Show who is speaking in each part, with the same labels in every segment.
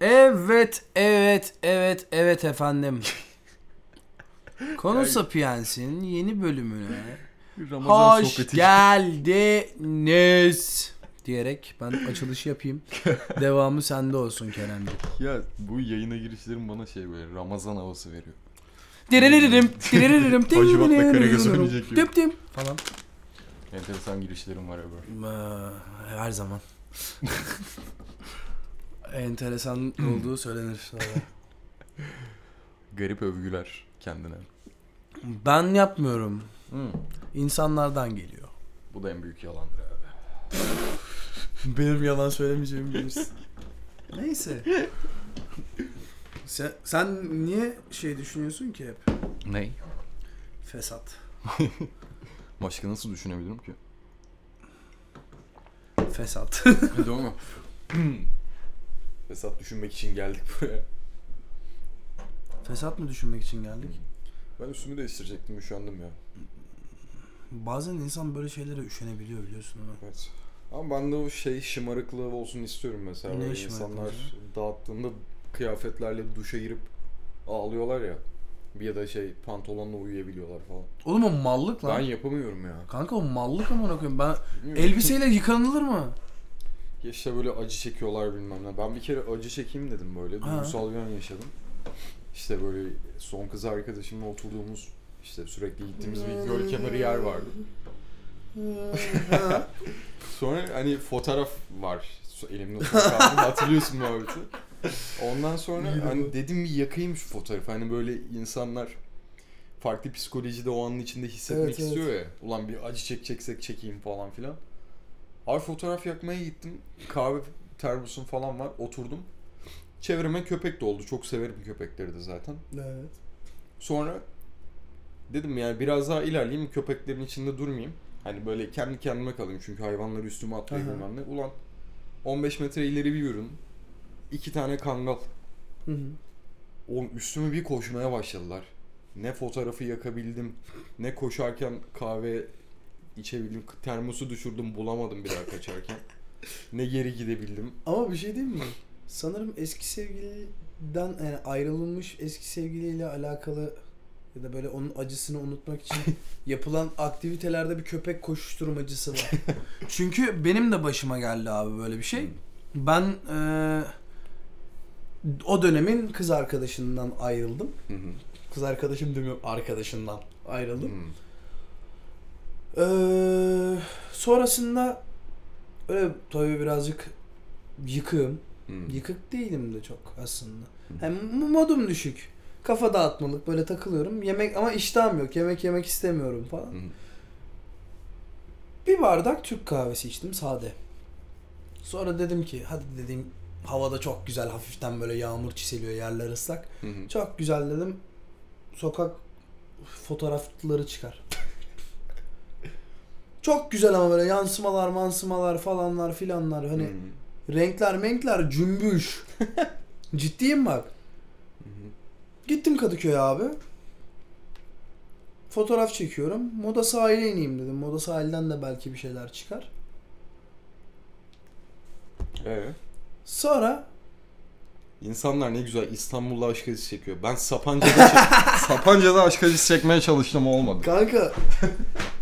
Speaker 1: Evet, evet, evet, evet efendim. Konu Sapiens'in yeni bölümüne
Speaker 2: Ramazan
Speaker 1: hoş
Speaker 2: sohbeti.
Speaker 1: geldiniz diyerek ben açılışı yapayım. Devamı sende olsun Kerem'ciğim.
Speaker 2: Ya bu yayına girişlerim bana şey böyle Ramazan havası veriyor.
Speaker 1: Direririm, direririm,
Speaker 2: Hacivat'la Karagöz oynayacak gibi.
Speaker 1: Dim dim falan.
Speaker 2: Enteresan girişlerim var ya böyle.
Speaker 1: Ee, Her zaman. Enteresan olduğu söylenir. sonra.
Speaker 2: Garip övgüler kendine.
Speaker 1: Ben yapmıyorum.
Speaker 2: Hı.
Speaker 1: İnsanlardan geliyor.
Speaker 2: Bu da en büyük yalandır abi.
Speaker 1: Benim yalan söylemeyeceğimi bilirsin. Neyse. Sen, sen niye şey düşünüyorsun ki hep?
Speaker 2: Ney?
Speaker 1: Fesat.
Speaker 2: Başka nasıl düşünebilirim ki?
Speaker 1: Fesat.
Speaker 2: Doğru mu? Fesat düşünmek için geldik buraya.
Speaker 1: Fesat mı düşünmek için geldik?
Speaker 2: Ben üstümü değiştirecektim üşendim ya.
Speaker 1: Bazen insan böyle şeylere üşenebiliyor biliyorsun ama.
Speaker 2: Evet. Ama ben de o şey şımarıklığı olsun istiyorum mesela.
Speaker 1: Ne
Speaker 2: Böyle
Speaker 1: şımarıklığı?
Speaker 2: insanlar dağıttığında kıyafetlerle duşa girip ağlıyorlar ya. Bir ya da şey pantolonla uyuyabiliyorlar falan.
Speaker 1: Oğlum o mallık lan.
Speaker 2: Ben yapamıyorum ya.
Speaker 1: Kanka o mallık amına koyayım. Ben
Speaker 2: Bilmiyorum.
Speaker 1: elbiseyle yıkanılır mı?
Speaker 2: Ya işte böyle acı çekiyorlar bilmem ne. Ben bir kere acı çekeyim dedim böyle.
Speaker 1: Ha.
Speaker 2: Duygusal bir an yaşadım. İşte böyle son kız arkadaşımla oturduğumuz işte sürekli gittiğimiz bir göl kenarı yer vardı. Sonra hani fotoğraf var. Su- Elimde su kaldı. Hatırlıyorsun muhabbeti. Ondan sonra hani dedim bir yakayım şu fotoğrafı. Hani böyle insanlar farklı psikolojide o anın içinde hissetmek
Speaker 1: Evet, evet.
Speaker 2: istiyor ya. Ulan bir acı çekeceksek çekeyim falan filan. Abi fotoğraf yakmaya gittim. Kahve termosum falan var. Oturdum. Çevreme köpek doldu. Çok severim köpekleri de zaten.
Speaker 1: Evet.
Speaker 2: Sonra dedim yani biraz daha ilerleyeyim köpeklerin içinde durmayayım. Hani böyle kendi kendime kalayım çünkü hayvanları üstüme atlıyor
Speaker 1: Aha.
Speaker 2: bilmem ne. Ulan 15 metre ileri bir yürüdüm. İki tane kangal.
Speaker 1: Hı hı.
Speaker 2: O üstüme bir koşmaya başladılar. Ne fotoğrafı yakabildim, ne koşarken kahve içebildim. Termosu düşürdüm bulamadım bir daha kaçarken. ne geri gidebildim.
Speaker 1: Ama bir şey diyeyim mi? Sanırım eski sevgiliden yani ayrılmış eski sevgiliyle alakalı ya da böyle onun acısını unutmak için yapılan aktivitelerde bir köpek koşuşturmacısı var. Çünkü benim de başıma geldi abi böyle bir şey. Ben eee, o dönemin kız arkadaşından ayrıldım.
Speaker 2: Hı hı.
Speaker 1: Kız arkadaşım demiyorum arkadaşından ayrıldım.
Speaker 2: Hı.
Speaker 1: Eee, sonrasında öyle tabii birazcık yıkığım.
Speaker 2: Hı.
Speaker 1: Yıkık değilim de çok aslında. Hem modum düşük. Kafa dağıtmalık böyle takılıyorum. Yemek ama iştahım yok. Yemek yemek istemiyorum falan.
Speaker 2: Hı.
Speaker 1: Bir bardak Türk kahvesi içtim sade. Sonra dedim ki hadi dedim havada çok güzel hafiften böyle yağmur çiseliyor yerler ıslak.
Speaker 2: Hı hı.
Speaker 1: Çok güzel dedim. Sokak fotoğrafları çıkar. çok güzel ama böyle yansımalar mansımalar falanlar filanlar hani
Speaker 2: Hı hı.
Speaker 1: Renkler menkler cümbüş. Ciddiyim bak. Gittim Kadıköy'e abi. Fotoğraf çekiyorum. Moda sahile ineyim dedim. Moda sahilden de belki bir şeyler çıkar.
Speaker 2: Ee?
Speaker 1: Sonra
Speaker 2: İnsanlar ne güzel İstanbul'da aşk acısı çekiyor. Ben Sapanca'da, çek- Sapanca'da aşk acısı çekmeye çalıştım olmadı.
Speaker 1: kanka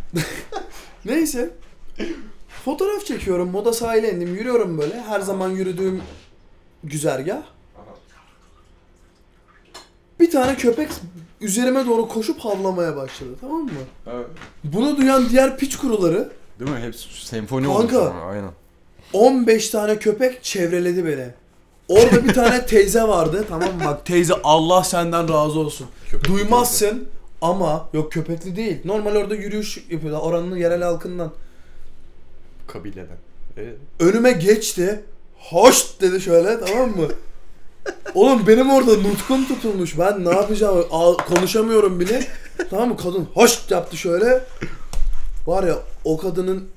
Speaker 1: neyse fotoğraf çekiyorum. Moda sahile indim. Yürüyorum böyle. Her zaman yürüdüğüm güzergah. Bir tane köpek üzerime doğru koşup havlamaya başladı. Tamam mı? Bunu duyan diğer piç kuruları
Speaker 2: Değil mi? Hepsi senfoni
Speaker 1: Kanka.
Speaker 2: olmuş ama aynen.
Speaker 1: 15 tane köpek çevreledi beni. Orada bir tane teyze vardı tamam mı? Bak teyze Allah senden razı olsun.
Speaker 2: Köpekli
Speaker 1: Duymazsın ama yok köpekli değil. Normal orada yürüyüş yapıyorlar oranın yerel halkından.
Speaker 2: Kabileden. Ee?
Speaker 1: Önüme geçti. Hoş dedi şöyle tamam mı? Oğlum benim orada nutkum tutulmuş. Ben ne yapacağım? Al- konuşamıyorum bile. Tamam mı? Kadın hoş yaptı şöyle. Var ya o kadının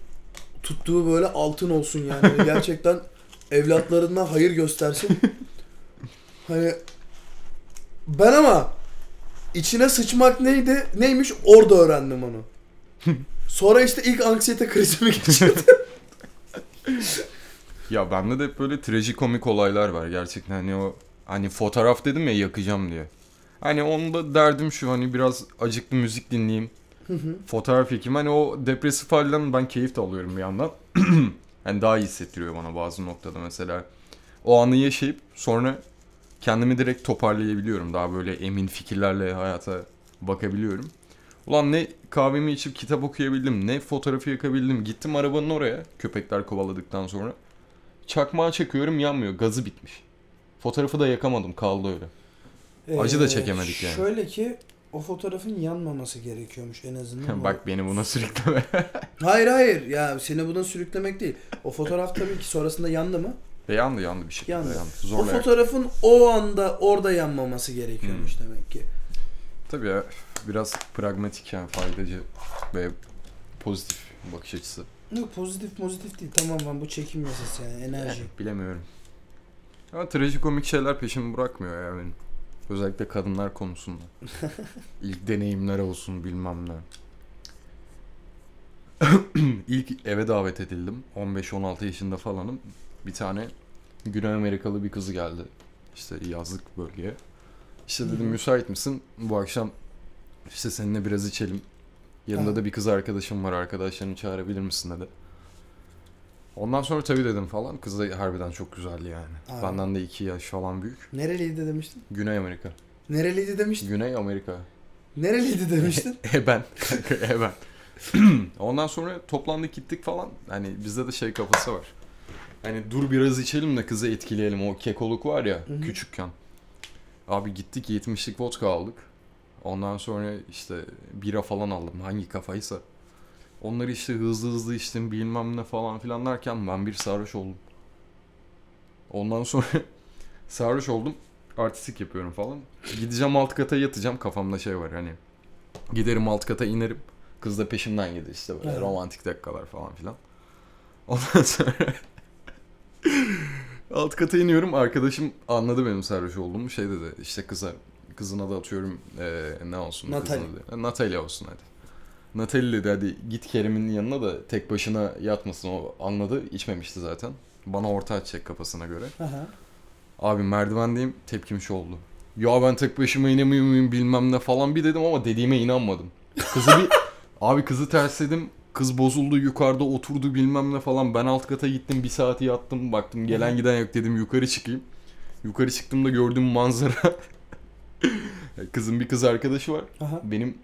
Speaker 1: tuttuğu böyle altın olsun yani. Hani Gerçekten evlatlarına hayır göstersin. Hani ben ama içine sıçmak neydi? Neymiş? Orada öğrendim onu. Sonra işte ilk anksiyete krizimi geçirdim.
Speaker 2: Ya bende de hep böyle trajikomik olaylar var gerçekten hani o hani fotoğraf dedim ya yakacağım diye. Hani onda derdim şu hani biraz acıklı müzik dinleyeyim. fotoğraf çekeyim. Hani o depresif halden ben keyif de alıyorum bir yandan. hani daha iyi hissettiriyor bana bazı noktada mesela. O anı yaşayıp sonra kendimi direkt toparlayabiliyorum. Daha böyle emin fikirlerle hayata bakabiliyorum. Ulan ne kahvemi içip kitap okuyabildim, ne fotoğrafı yakabildim. Gittim arabanın oraya köpekler kovaladıktan sonra. Çakmağı çakıyorum yanmıyor. Gazı bitmiş. Fotoğrafı da yakamadım kaldı öyle. Acı da çekemedik yani.
Speaker 1: Ee, Şöyle ki o fotoğrafın yanmaması gerekiyormuş en azından.
Speaker 2: Bak beni buna sürükleme.
Speaker 3: Hayır hayır ya seni buna sürüklemek değil. O fotoğraf tabii ki sonrasında yandı mı?
Speaker 2: E, yandı yandı bir şekilde
Speaker 3: Yandı.
Speaker 2: yandı. Zorla
Speaker 3: o
Speaker 2: yak-
Speaker 3: fotoğrafın o anda orada yanmaması gerekiyormuş
Speaker 2: Hmm.
Speaker 3: demek ki.
Speaker 2: Tabii ya biraz pragmatik yani faydacı ve pozitif bakış açısı.
Speaker 1: Yok pozitif pozitif değil tamam ben bu çekim yasası yani enerji.
Speaker 2: Eh, Bilemiyorum. Ama trajikomik şeyler peşimi bırakmıyor ya benim. Özellikle kadınlar konusunda. İlk deneyimler olsun bilmem ne. İlk eve davet edildim. 15-16 yaşında falanım. Bir tane Güney Amerikalı bir kızı geldi. İşte yazlık bölgeye. İşte dedim müsait misin? Bu akşam işte seninle biraz içelim. Yanında
Speaker 1: Ha.
Speaker 2: da bir kız arkadaşım var. Arkadaşlarını çağırabilir misin dedi. Ondan sonra tabii dedim falan. Kız da harbiden çok güzeldi yani.
Speaker 1: Abi.
Speaker 2: Benden de 2 yaş falan büyük.
Speaker 3: Nereliydi demiştin?
Speaker 2: Güney Amerika.
Speaker 3: Nereliydi demiştin?
Speaker 2: Güney Amerika.
Speaker 3: Nereliydi demiştin?
Speaker 2: Eben. Eben. e Ondan sonra toplandık gittik falan. Hani bizde de şey kafası var. Hani dur biraz içelim de kızı etkileyelim. O kekoluk var ya
Speaker 3: hı.
Speaker 2: küçükken. Abi gittik 70'lik vodka aldık. Ondan sonra işte bira falan aldım. Hangi kafaysa. Onları işte hızlı hızlı içtim bilmem ne falan filan derken ben bir sarhoş oldum. Ondan sonra sarhoş oldum. Artistik yapıyorum falan. Gideceğim alt kata yatacağım. Kafamda şey var hani. Giderim alt kata inerim. Kız da peşimden gelir işte böyle
Speaker 1: Evet.
Speaker 2: romantik dakikalar falan filan. Ondan sonra alt kata iniyorum. Arkadaşım anladı benim sarhoş olduğumu. Şey dedi işte kıza kızına da atıyorum eee, ne olsun kızın
Speaker 3: Natalie.
Speaker 2: adı? E, Natalie olsun hadi. Natalie dedi hadi git Kerim'in yanına da tek başına yatmasın o anladı içmemişti zaten. Bana orta açacak kafasına göre.
Speaker 1: Aha.
Speaker 2: Abi merdivendeyim tepkim şu oldu. Ya ben tek başıma inemiyor muyum bilmem ne falan bir dedim ama dediğime inanmadım. Kızı bir... Abi kızı tersledim. Kız bozuldu yukarıda oturdu bilmem ne falan. Ben alt kata gittim bir saati yattım baktım gelen giden yok dedim yukarı çıkayım. Yukarı çıktığımda gördüğüm manzara. Kızın bir kız arkadaşı var.
Speaker 1: Aha.
Speaker 2: Benim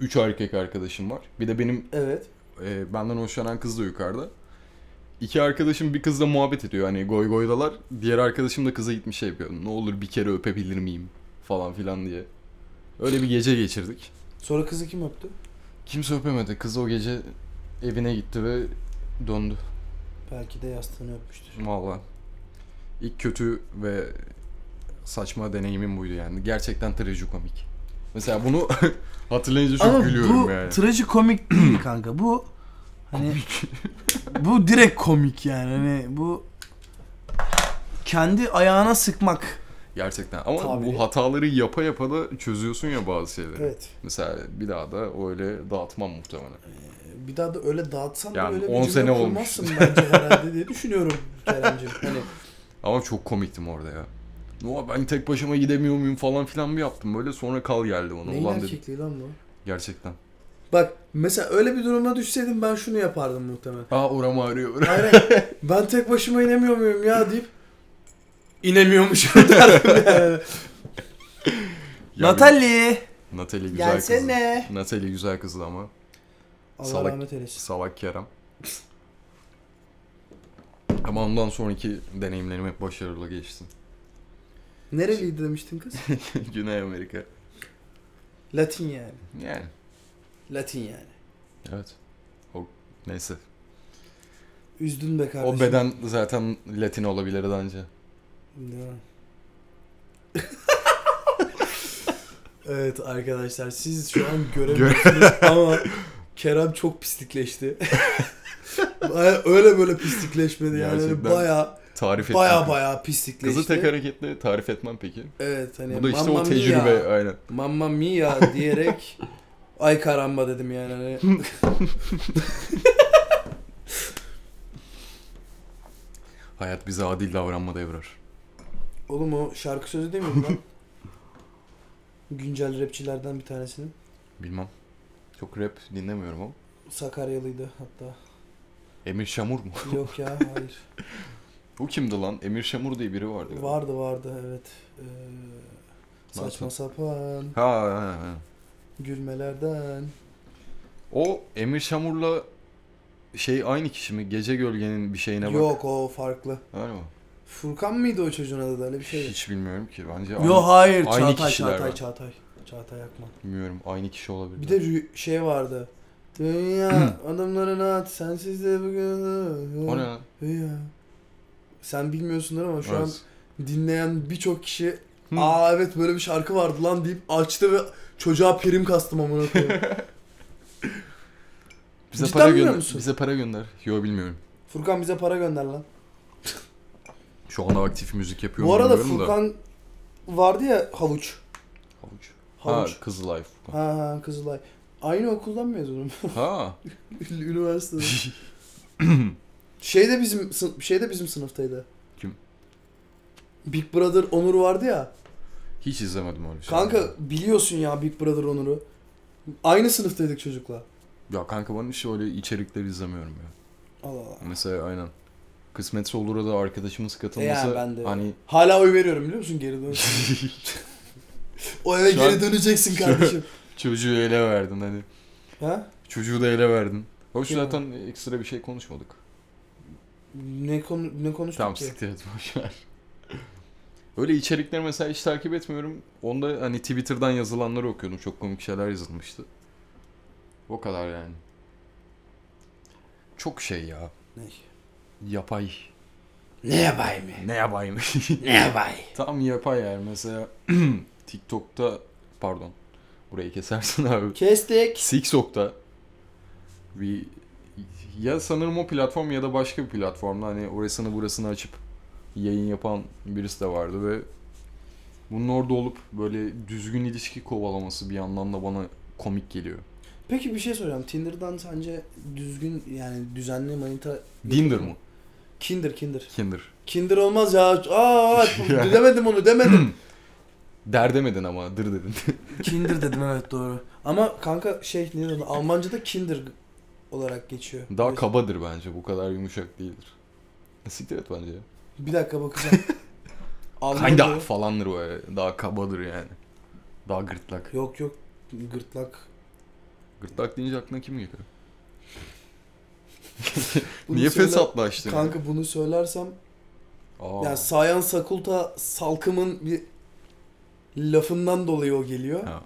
Speaker 2: 3 erkek arkadaşım var. Bir de benim
Speaker 1: Evet.
Speaker 2: e, benden hoşlanan kız da yukarıda. İki arkadaşım bir kızla muhabbet ediyor hani goy goydalar. Diğer arkadaşım da kıza gitmiş şey yapıyor. Ne olur bir kere öpebilir miyim falan filan diye. Öyle bir gece geçirdik.
Speaker 1: Sonra kızı kim öptü?
Speaker 2: Kimse öpemedi. Kız o gece evine gitti ve döndü.
Speaker 1: Belki de yastığını öpmüştür.
Speaker 2: Valla. İlk kötü ve saçma deneyimim buydu yani. Gerçekten trajikomik. Mesela bunu hatırlayınca çok
Speaker 3: Ama
Speaker 2: gülüyorum
Speaker 3: bu
Speaker 2: yani.
Speaker 3: trajikomik değil kanka. Bu hani bu direkt komik yani. Hani bu kendi ayağına sıkmak.
Speaker 2: Gerçekten. Ama
Speaker 1: Tabiri.
Speaker 2: bu hataları yapa yapa da çözüyorsun ya bazı şeyleri.
Speaker 1: Evet.
Speaker 2: Mesela bir daha da öyle dağıtmam muhtemelen.
Speaker 1: Bir daha da öyle dağıtsan da
Speaker 2: Yani
Speaker 1: öyle bir
Speaker 2: 10
Speaker 1: cümle
Speaker 2: sene olmuş.
Speaker 1: kurmazsın bence herhalde diye düşünüyorum Kerem'ciğim. Hani
Speaker 2: Ama çok komiktim orada ya. Noa ben tek başıma gidemiyor muyum falan filan mı yaptım böyle sonra kal geldi bana.
Speaker 1: neyin
Speaker 2: Ulan dedim.
Speaker 1: erkekliği lan bu?
Speaker 2: Gerçekten.
Speaker 3: Bak mesela öyle bir duruma düşseydim ben şunu yapardım muhtemelen.
Speaker 2: Aa oram ağrıyor.
Speaker 3: Hayır, hayır. ben tek başıma inemiyor muyum ya deyip inemiyormuşum derdim yani.
Speaker 2: Ya
Speaker 3: Natalie
Speaker 2: bir- Natalie güzel kızdı.
Speaker 3: gelsene.
Speaker 2: Natalie güzel kızdı ama.
Speaker 1: Allah
Speaker 2: Salak.
Speaker 1: rahmet eylesin.
Speaker 2: Salak Kerem. Ama ondan sonraki deneyimlerim hep başarılı geçti.
Speaker 3: Nereliydi demiştin kız?
Speaker 2: Güney Amerika.
Speaker 3: Latin yani.
Speaker 2: Yani.
Speaker 3: Latin yani.
Speaker 2: Evet. O neyse.
Speaker 1: Üzdün be kardeşim.
Speaker 2: O beden zaten Latin olabilirdi anca.
Speaker 1: Değil mi?
Speaker 3: Evet arkadaşlar siz şu an göremiyorsunuz ama Kerem çok pislikleşti. Baya- öyle böyle pislikleşmedi yani Hani
Speaker 2: Gerçekten
Speaker 3: baya
Speaker 2: Tarif etmem.
Speaker 3: baya baya pislikleşti.
Speaker 2: Kızı tek hareketle tarif etmem peki.
Speaker 3: Evet hani
Speaker 2: Bu da işte
Speaker 3: mamma
Speaker 2: o tecrübe
Speaker 3: mia,
Speaker 2: aynen.
Speaker 3: mamma mia diyerek ay karamba dedim yani hani.
Speaker 2: Hayat bize adil davranmada evrar.
Speaker 1: Oğlum o şarkı sözü değil mi lan? Güncel rapçilerden bir tanesinin.
Speaker 2: Bilmem. Çok rap dinlemiyorum ama.
Speaker 1: Sakaryalıydı hatta.
Speaker 2: Emir Şamur mu?
Speaker 1: Yok ya hayır.
Speaker 2: Bu kimdi lan? Emir Şamur diye biri vardı. galiba.
Speaker 1: Vardı vardı evet. Ee, saçma
Speaker 2: Nasıl?
Speaker 1: sapan
Speaker 2: Ha, ha, ha.
Speaker 1: gülmelerden.
Speaker 2: O Emir Şamur'la şey aynı kişi mi? Gece Gölge'nin bir şeyine bak.
Speaker 1: Yok o farklı.
Speaker 2: Öyle mi?
Speaker 1: Furkan mıydı o çocuğun adı da öyle bir şey şeydi.
Speaker 2: Hiç bilmiyorum ki. Bence aynı,
Speaker 1: Yok hayır
Speaker 2: aynı
Speaker 1: Çağatay
Speaker 2: kişiler
Speaker 1: Çağatay
Speaker 2: var.
Speaker 1: Çağatay. Çağatay Akman.
Speaker 2: bilmiyorum. Aynı kişi olabilir.
Speaker 1: Bir de rü- şey vardı. Dünya adımların at sensiz de bugün.
Speaker 2: O ne lan?
Speaker 1: Dünya. Sen bilmiyorsundur ama şu
Speaker 2: Evet.
Speaker 3: an dinleyen birçok kişi
Speaker 2: Hı.
Speaker 3: aa evet böyle bir şarkı vardı lan deyip açtı ve çocuğa prim kastım amına koyayım.
Speaker 2: bize
Speaker 3: cidden
Speaker 2: para
Speaker 3: bilmiyor
Speaker 2: gönder.
Speaker 3: musun?
Speaker 2: Bize para gönder. Yo bilmiyorum.
Speaker 1: an... Furkan bize para gönder lan.
Speaker 2: Şu anda aktif müzik yapıyorum.
Speaker 1: Bu arada
Speaker 2: bilmiyorum da.
Speaker 1: Furkan vardı ya havuç.
Speaker 2: Havuç. Ha,
Speaker 1: Havuç.
Speaker 2: Kızılay Furkan.
Speaker 1: Ha ha Kızılay. Aynı okuldan mezunum.
Speaker 2: Ha.
Speaker 3: Üniversitede.
Speaker 1: Şey de bizim sın- şey de bizim sınıftaydı.
Speaker 2: Kim?
Speaker 1: Big Brother Onur vardı ya.
Speaker 2: Hiç izlemedim öyle şey.
Speaker 1: Kanka biliyorsun ya Big Brother Onur'u. Aynı sınıftaydık çocukla.
Speaker 2: Ya kanka ben hiç öyle içerikleri izlemiyorum ya.
Speaker 1: Allah Allah.
Speaker 2: Mesela aynen. Kısmetse olur'a da arkadaşımız katılması
Speaker 1: Ya ben de.
Speaker 2: hani
Speaker 1: Hala oy veriyorum biliyor musun geri dön.
Speaker 3: o eve
Speaker 2: Şu an-
Speaker 3: geri döneceksin kardeşim.
Speaker 2: çocuğu ele verdin hani.
Speaker 1: ha?
Speaker 2: Çocuğu da ele verdin. Hoş
Speaker 1: Ya.
Speaker 2: zaten ekstra bir şey konuşmadık.
Speaker 1: Ne konu ne konuştuk
Speaker 2: Tamam
Speaker 1: ki?
Speaker 2: siktir et boşver. Öyle içerikleri mesela hiç takip etmiyorum. Onda hani Twitter'dan yazılanları okuyordum. Çok komik şeyler yazılmıştı. O kadar yani. Çok şey ya.
Speaker 1: Ne?
Speaker 2: Yapay.
Speaker 1: Ne yapayım?
Speaker 2: Ne yapayım?
Speaker 1: Ne yapayım?
Speaker 2: Tam yapay yani. Mesela TikTok'ta pardon. Burayı kesersin abi.
Speaker 1: Kestik.
Speaker 2: Sixok'ta bir ya sanırım o platform ya da başka bir platformda hani orasını burasını açıp yayın yapan birisi de vardı ve bunun orada olup böyle düzgün ilişki kovalaması bir yandan da bana komik geliyor.
Speaker 1: Peki bir şey soracağım. Tinder'dan sence düzgün yani düzenli manita
Speaker 2: Dinder mı?
Speaker 1: Kinder Kinder.
Speaker 2: Kinder.
Speaker 1: Kinder olmaz ya. Aa demedim onu demedim.
Speaker 2: Der demedin ama dır dedin.
Speaker 1: Kinder dedim evet doğru. Ama kanka şey ne dedi? Almanca'da Kinder olarak geçiyor.
Speaker 2: Daha kabadır bence bu kadar yumuşak değildir. E, Siktir et bence ya.
Speaker 1: Bir dakika bakacağım.
Speaker 2: Kinda falandır o ya. Daha kabadır yani. Daha gırtlak.
Speaker 1: Yok yok gırtlak.
Speaker 2: Gırtlak deyince aklına kim geliyor?
Speaker 1: Bunu
Speaker 2: Niye
Speaker 1: söyle-
Speaker 2: fesatlaştın?
Speaker 1: Kanka bunu söylersem
Speaker 2: Aa,
Speaker 1: yani Sayan Sakulta Salkım'ın bir lafından dolayı o geliyor.
Speaker 2: ha.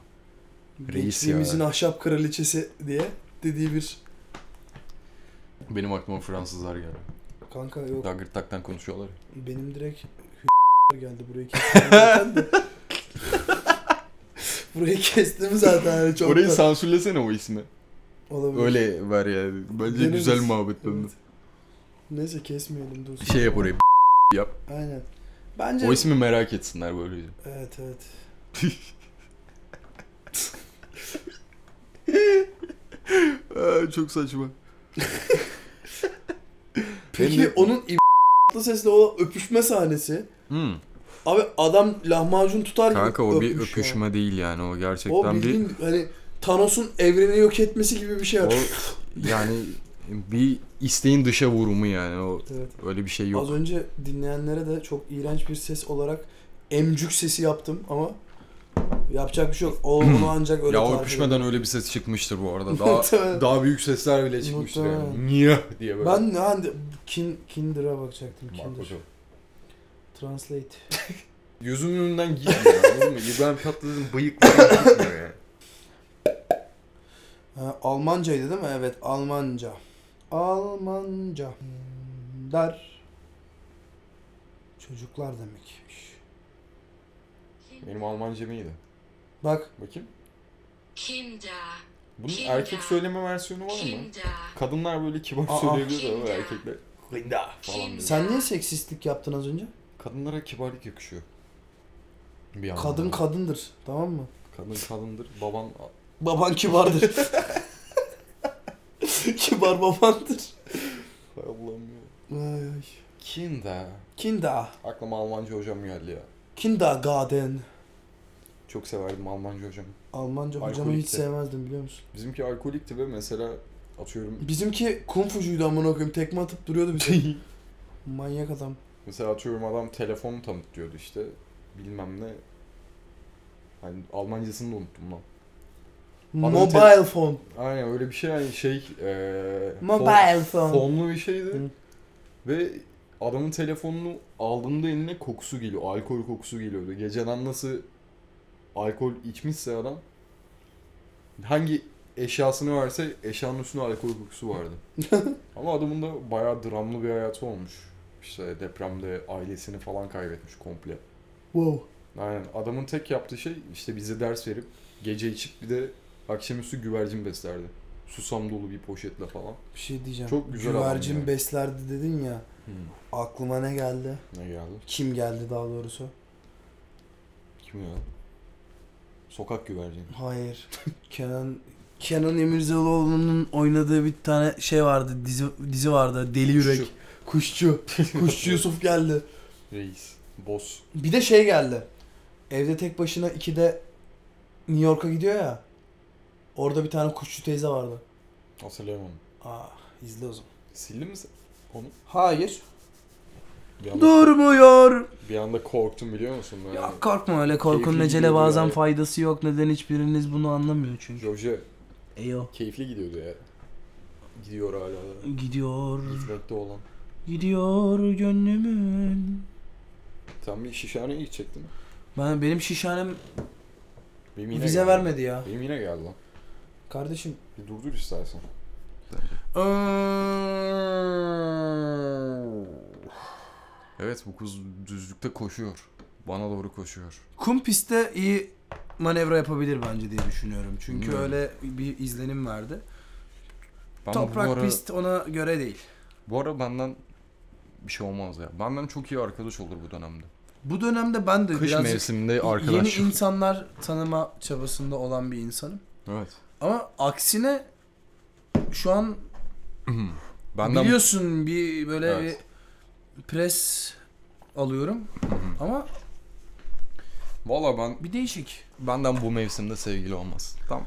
Speaker 2: reis ya.
Speaker 1: Gençliğimizin ahşap kraliçesi diye dediği bir
Speaker 2: Benim aklıma Fransızlar geldi.
Speaker 1: kanka yok
Speaker 2: Daha gırtlaktan konuşuyorlar. ya.
Speaker 1: benim direkt geldi burayı kestim zaten de. burayı kestim zaten yani çok
Speaker 2: Orayı
Speaker 1: da-
Speaker 2: sansürlesene o ismi.
Speaker 1: Olabilir.
Speaker 2: Öyle ver yani. Bence
Speaker 1: Deneriz.
Speaker 2: güzel muhabbetlerini.
Speaker 1: Evet. Neyse kesmeyelim dursun.
Speaker 2: Şey yap orayı.
Speaker 1: Aynen. Bence
Speaker 2: O ismi merak etsinler böylece.
Speaker 1: evet evet.
Speaker 2: Aa,
Speaker 1: Ee,
Speaker 2: çok saçma.
Speaker 1: Peki
Speaker 2: Benim-
Speaker 1: onun i***lı sesle o öpüşme sahnesi.
Speaker 2: Hmm.
Speaker 1: Abi adam lahmacun tutar gibi
Speaker 2: Kanka o bir
Speaker 1: öpmüş ya.
Speaker 2: öpüşme değil yani. O gerçekten
Speaker 1: O
Speaker 2: bir...
Speaker 1: bildiğin hani Thanos'un evreni yok etmesi gibi bir şey.
Speaker 2: O,
Speaker 1: var.
Speaker 2: yani bir isteğin dışa vurumu yani. O
Speaker 1: Evet.
Speaker 2: öyle bir şey yok.
Speaker 1: Az önce dinleyenlere de çok iğrenç bir ses olarak emcük sesi yaptım ama yapacak bir şey yok. O onu ancak öyle
Speaker 2: ya
Speaker 1: tarif
Speaker 2: o öpüşmeden öyle bir ses çıkmıştır bu arada.
Speaker 1: Muhtemelen.
Speaker 2: Daha daha büyük sesler bile çıkmıştır yani.
Speaker 1: Muhtemelen.
Speaker 2: Niye diye
Speaker 1: edebilirim.
Speaker 2: böyle.
Speaker 1: Ben ne hani kin, Kinder'a bakacaktım. Kinder. Translate.
Speaker 2: Gözümün önünden gitmiyor anladın mı? İbrahim Tatlıses'in bıyıkları gitmiyor yani.
Speaker 1: Ha, Almancaydı değil mi? Evet, Almanca. Almanca. Der. Çocuklar demekmiş.
Speaker 2: Benim Almancam iyiydi.
Speaker 1: Bak,
Speaker 2: Bakayım.
Speaker 4: Kinder,
Speaker 2: Bunun
Speaker 4: Kinder.
Speaker 2: erkek söyleme versiyonu var mı?
Speaker 4: Kinder,
Speaker 2: Kadınlar böyle kibar
Speaker 1: Aa.
Speaker 2: söyleyebiliyor ama
Speaker 4: Kinder.
Speaker 2: erkekler. Linda falan. böyle.
Speaker 1: sen niye seksistlik yaptın az önce?
Speaker 2: Kadınlara kibarlık yakışıyor. Bir yandan.
Speaker 1: Kadın kadındır, tamam mı?
Speaker 2: Kadın kadındır. Baban
Speaker 1: Baban kibardır. Kibar babandır.
Speaker 2: Hay Allah'ım ya.
Speaker 1: Ay, ay.
Speaker 2: Kinder.
Speaker 1: Kinda.
Speaker 2: Aklıma Almanca hocam geldi ya.
Speaker 1: Kindergarten.
Speaker 2: Çok severdim Almanca hocamı.
Speaker 1: Almanca hocamı
Speaker 2: Alkolikti.
Speaker 1: hiç sevmezdim biliyor musun?
Speaker 2: Bizimki alkolikti ve mesela atıyorum
Speaker 1: Bizimki kung fucuydu amına koyayım. Tekme atıp duruyordu bize. Manyak adam.
Speaker 2: mesela atıyorum adam telefonu tanıtıyordu işte bilmem ne. Hani Almancasını da unuttum lan. Adamın
Speaker 1: Mobile phone.
Speaker 2: Aynen öyle bir şey yani şey eee
Speaker 1: Mobile
Speaker 2: fon-
Speaker 1: phone.
Speaker 2: fonlu bir şeydi.
Speaker 1: Hı.
Speaker 2: Ve adamın telefonunu aldığımda eline kokusu geliyor. Alkol kokusu geliyordu. Geceden nasıl alkol içmişse adam hangi eşyasını verse eşyanın üstünde alkol kokusu vardı. Ama adamın da bayağı dramlı bir hayatı olmuş. İşte depremde ailesini falan kaybetmiş komple.
Speaker 1: Wow.
Speaker 2: Aynen. Adamın tek yaptığı şey işte bize ders verip gece içip bir de akşamüstü güvercin beslerdi. Susam dolu bir poşetle falan.
Speaker 1: Bir şey diyeceğim.
Speaker 2: Çok güzel adam
Speaker 1: Güvercin
Speaker 2: ya.
Speaker 1: beslerdi dedin ya.
Speaker 2: Hmm.
Speaker 1: Aklıma ne geldi?
Speaker 2: Ne geldi?
Speaker 1: Kim geldi daha doğrusu?
Speaker 2: Kim ya? Sokak güvercini.
Speaker 1: Hayır. Kenan Kenan Emirzalıoğlu'nun oynadığı bir tane şey vardı. Dizi dizi vardı. Deli Yürek.
Speaker 2: Kuşçu.
Speaker 1: Kuşçu. Kuşçu Yusuf geldi.
Speaker 2: Reis. Boss.
Speaker 1: Bir de şey geldi. Evde tek başına ikide New York'a gidiyor ya. Orada bir tane kuşçu teyze vardı.
Speaker 2: Hatırlayamam.
Speaker 1: Aa, izle o zaman.
Speaker 2: Sildin mi sen? Onu.
Speaker 1: Hayır.
Speaker 2: Bir anda,
Speaker 1: Durmuyor.
Speaker 2: bir anda korktum biliyor musun? hani Yani,
Speaker 1: Ya korkma öyle korkunun
Speaker 2: Keyifli
Speaker 1: necele
Speaker 2: gidiyordu
Speaker 1: bazen
Speaker 2: yani.
Speaker 1: faydası yok. Neden hiçbiriniz bunu anlamıyor çünkü.
Speaker 2: Joje
Speaker 1: Eyo.
Speaker 2: keyifli gidiyordu ya. Gidiyor hala da.
Speaker 1: Gidiyor.
Speaker 2: Gitmekte olan.
Speaker 1: Gidiyor gönlümün.
Speaker 2: Sen bir şişhaneye gidecektin.
Speaker 1: Ben benim şişhanem
Speaker 2: Benim yine
Speaker 1: vize
Speaker 2: geldi.
Speaker 1: vermedi ya.
Speaker 2: Benim yine geldi lan.
Speaker 1: Kardeşim
Speaker 2: Bir durdur istersen. Evet bu kız düzlükte koşuyor. Bana doğru koşuyor.
Speaker 1: kum pistte iyi manevra yapabilir bence diye düşünüyorum. Çünkü
Speaker 2: Hmm.
Speaker 1: öyle bir izlenim verdi.
Speaker 2: Ben
Speaker 1: Toprak
Speaker 2: bu ara,
Speaker 1: pist ona göre değil.
Speaker 2: Bu ara benden bir şey olmaz ya. Benden çok iyi arkadaş olur bu dönemde.
Speaker 1: Bu dönemde ben de
Speaker 2: Kış
Speaker 1: birazcık
Speaker 2: mevsiminde
Speaker 1: y-
Speaker 2: arkadaş.
Speaker 1: yeni insanlar tanıma çabasında olan bir insanım.
Speaker 2: Evet.
Speaker 1: Ama aksine şu an
Speaker 2: Benden
Speaker 1: biliyorsun bir böyle
Speaker 2: Evet.
Speaker 1: bir pres alıyorum. Ama
Speaker 2: Valla ben
Speaker 1: bir değişik.
Speaker 2: benden bu mevsimde sevgili olmaz. Tamam.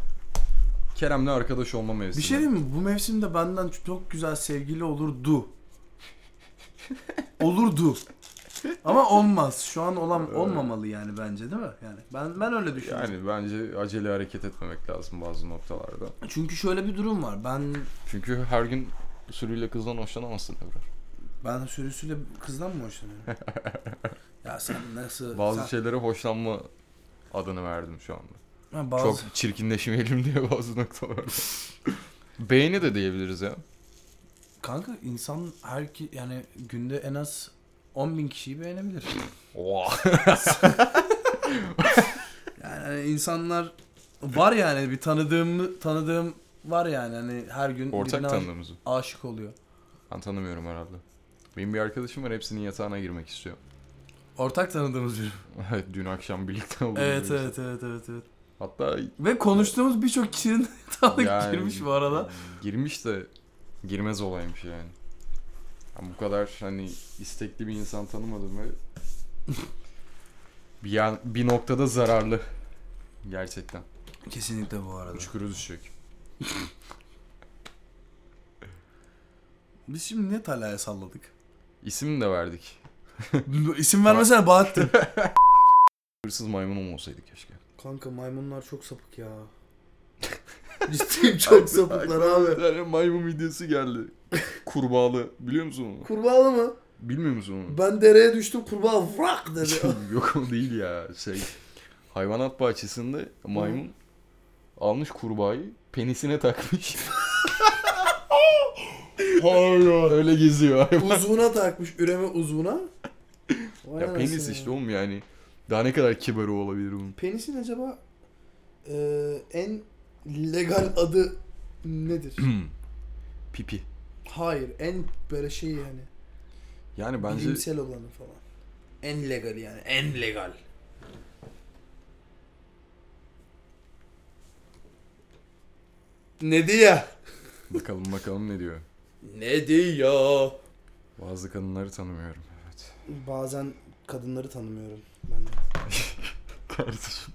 Speaker 2: Kerem'le arkadaş olma mevsimi.
Speaker 1: Bir şey diyeyim mi? Bu mevsimde benden çok güzel sevgili olurdu. olurdu. Ama olmaz. Şu an olan olmamalı yani bence değil mi? Yani ben ben öyle düşünüyorum.
Speaker 2: Yani bence acele hareket etmemek lazım bazı noktalarda.
Speaker 1: Çünkü şöyle bir durum var. Ben
Speaker 2: Çünkü her gün sürüyle kızdan hoşlanamazsın Ebrar.
Speaker 1: ben sürüsüyle kızdan mı hoşlanıyorum? ya sen nasıl
Speaker 2: Bazı şey
Speaker 1: sen-
Speaker 2: şeylere hoşlanma adını verdim şu anda.
Speaker 1: Ha, bazı-
Speaker 2: Çok çirkinleşmeyelim diye bazı noktalarda. Beğeni de diyebiliriz ya.
Speaker 1: kanka insan her ki yani günde en az 10 bin kişiyi beğenebilir.
Speaker 2: Oha.
Speaker 1: Yani hani insanlar var yani bir tanıdığım tanıdığım var yani hani her gün
Speaker 2: Ortak
Speaker 1: birine
Speaker 2: tanıdığımız.
Speaker 1: aşık oluyor.
Speaker 2: Ben tanımıyorum herhalde. Benim bir arkadaşım var hepsinin yatağına girmek istiyor.
Speaker 1: Ortak tanıdığımız biri.
Speaker 2: Evet dün akşam birlikte oldu. şey.
Speaker 1: Evet evet evet evet evet.
Speaker 2: Hatta
Speaker 1: Ve konuştuğumuz birçok kişinin tanık
Speaker 2: yani-
Speaker 1: girmiş bu arada.
Speaker 2: Girmiş de girmez olaymış yani. Ben bu kadar hani istekli bir insan tanımadım ve bir, yan- bir noktada zararlı. Gerçekten.
Speaker 1: Kesinlikle bu arada.
Speaker 2: Çukuru düşecek.
Speaker 1: Biz şimdi niye Talha'ya salladık?
Speaker 2: İsim de verdik.
Speaker 1: İsim vermesene Bahattin.
Speaker 2: Hırsız maymunum olsaydı keşke.
Speaker 1: Kanka maymunlar çok sapık ya. Ciddiyim çok sapıklar
Speaker 2: Bir
Speaker 1: abi.
Speaker 2: tane maymun videosu geldi. Kurbağalı. Biliyor musun onu?
Speaker 3: Kurbağalı mı?
Speaker 2: Bilmiyor musun onu?
Speaker 3: Ben dereye düştüm kurbağa vrak dedi.
Speaker 2: Yok o değil ya. Şey, hayvanat bahçesinde maymun almış kurbağayı penisine takmış. Hayır. Öyle geziyor.
Speaker 3: uzvuna takmış üreme uzvuna. Vay
Speaker 2: ya penis
Speaker 3: anasını.
Speaker 2: işte oğlum yani. Daha ne kadar kibar o olabilir bunun.
Speaker 3: Penisin acaba e, en legal adı nedir?
Speaker 2: Pipi.
Speaker 3: Hayır en böyle şey yani
Speaker 2: Yani bence
Speaker 3: bilimsel olanı falan. En legal yani en legal.
Speaker 1: Ne diye?
Speaker 2: bakalım bakalım ne diyor.
Speaker 3: Ne diyor?
Speaker 2: Bazı kadınları tanımıyorum evet.
Speaker 1: Bazen kadınları tanımıyorum ben de.
Speaker 2: Kardeşim.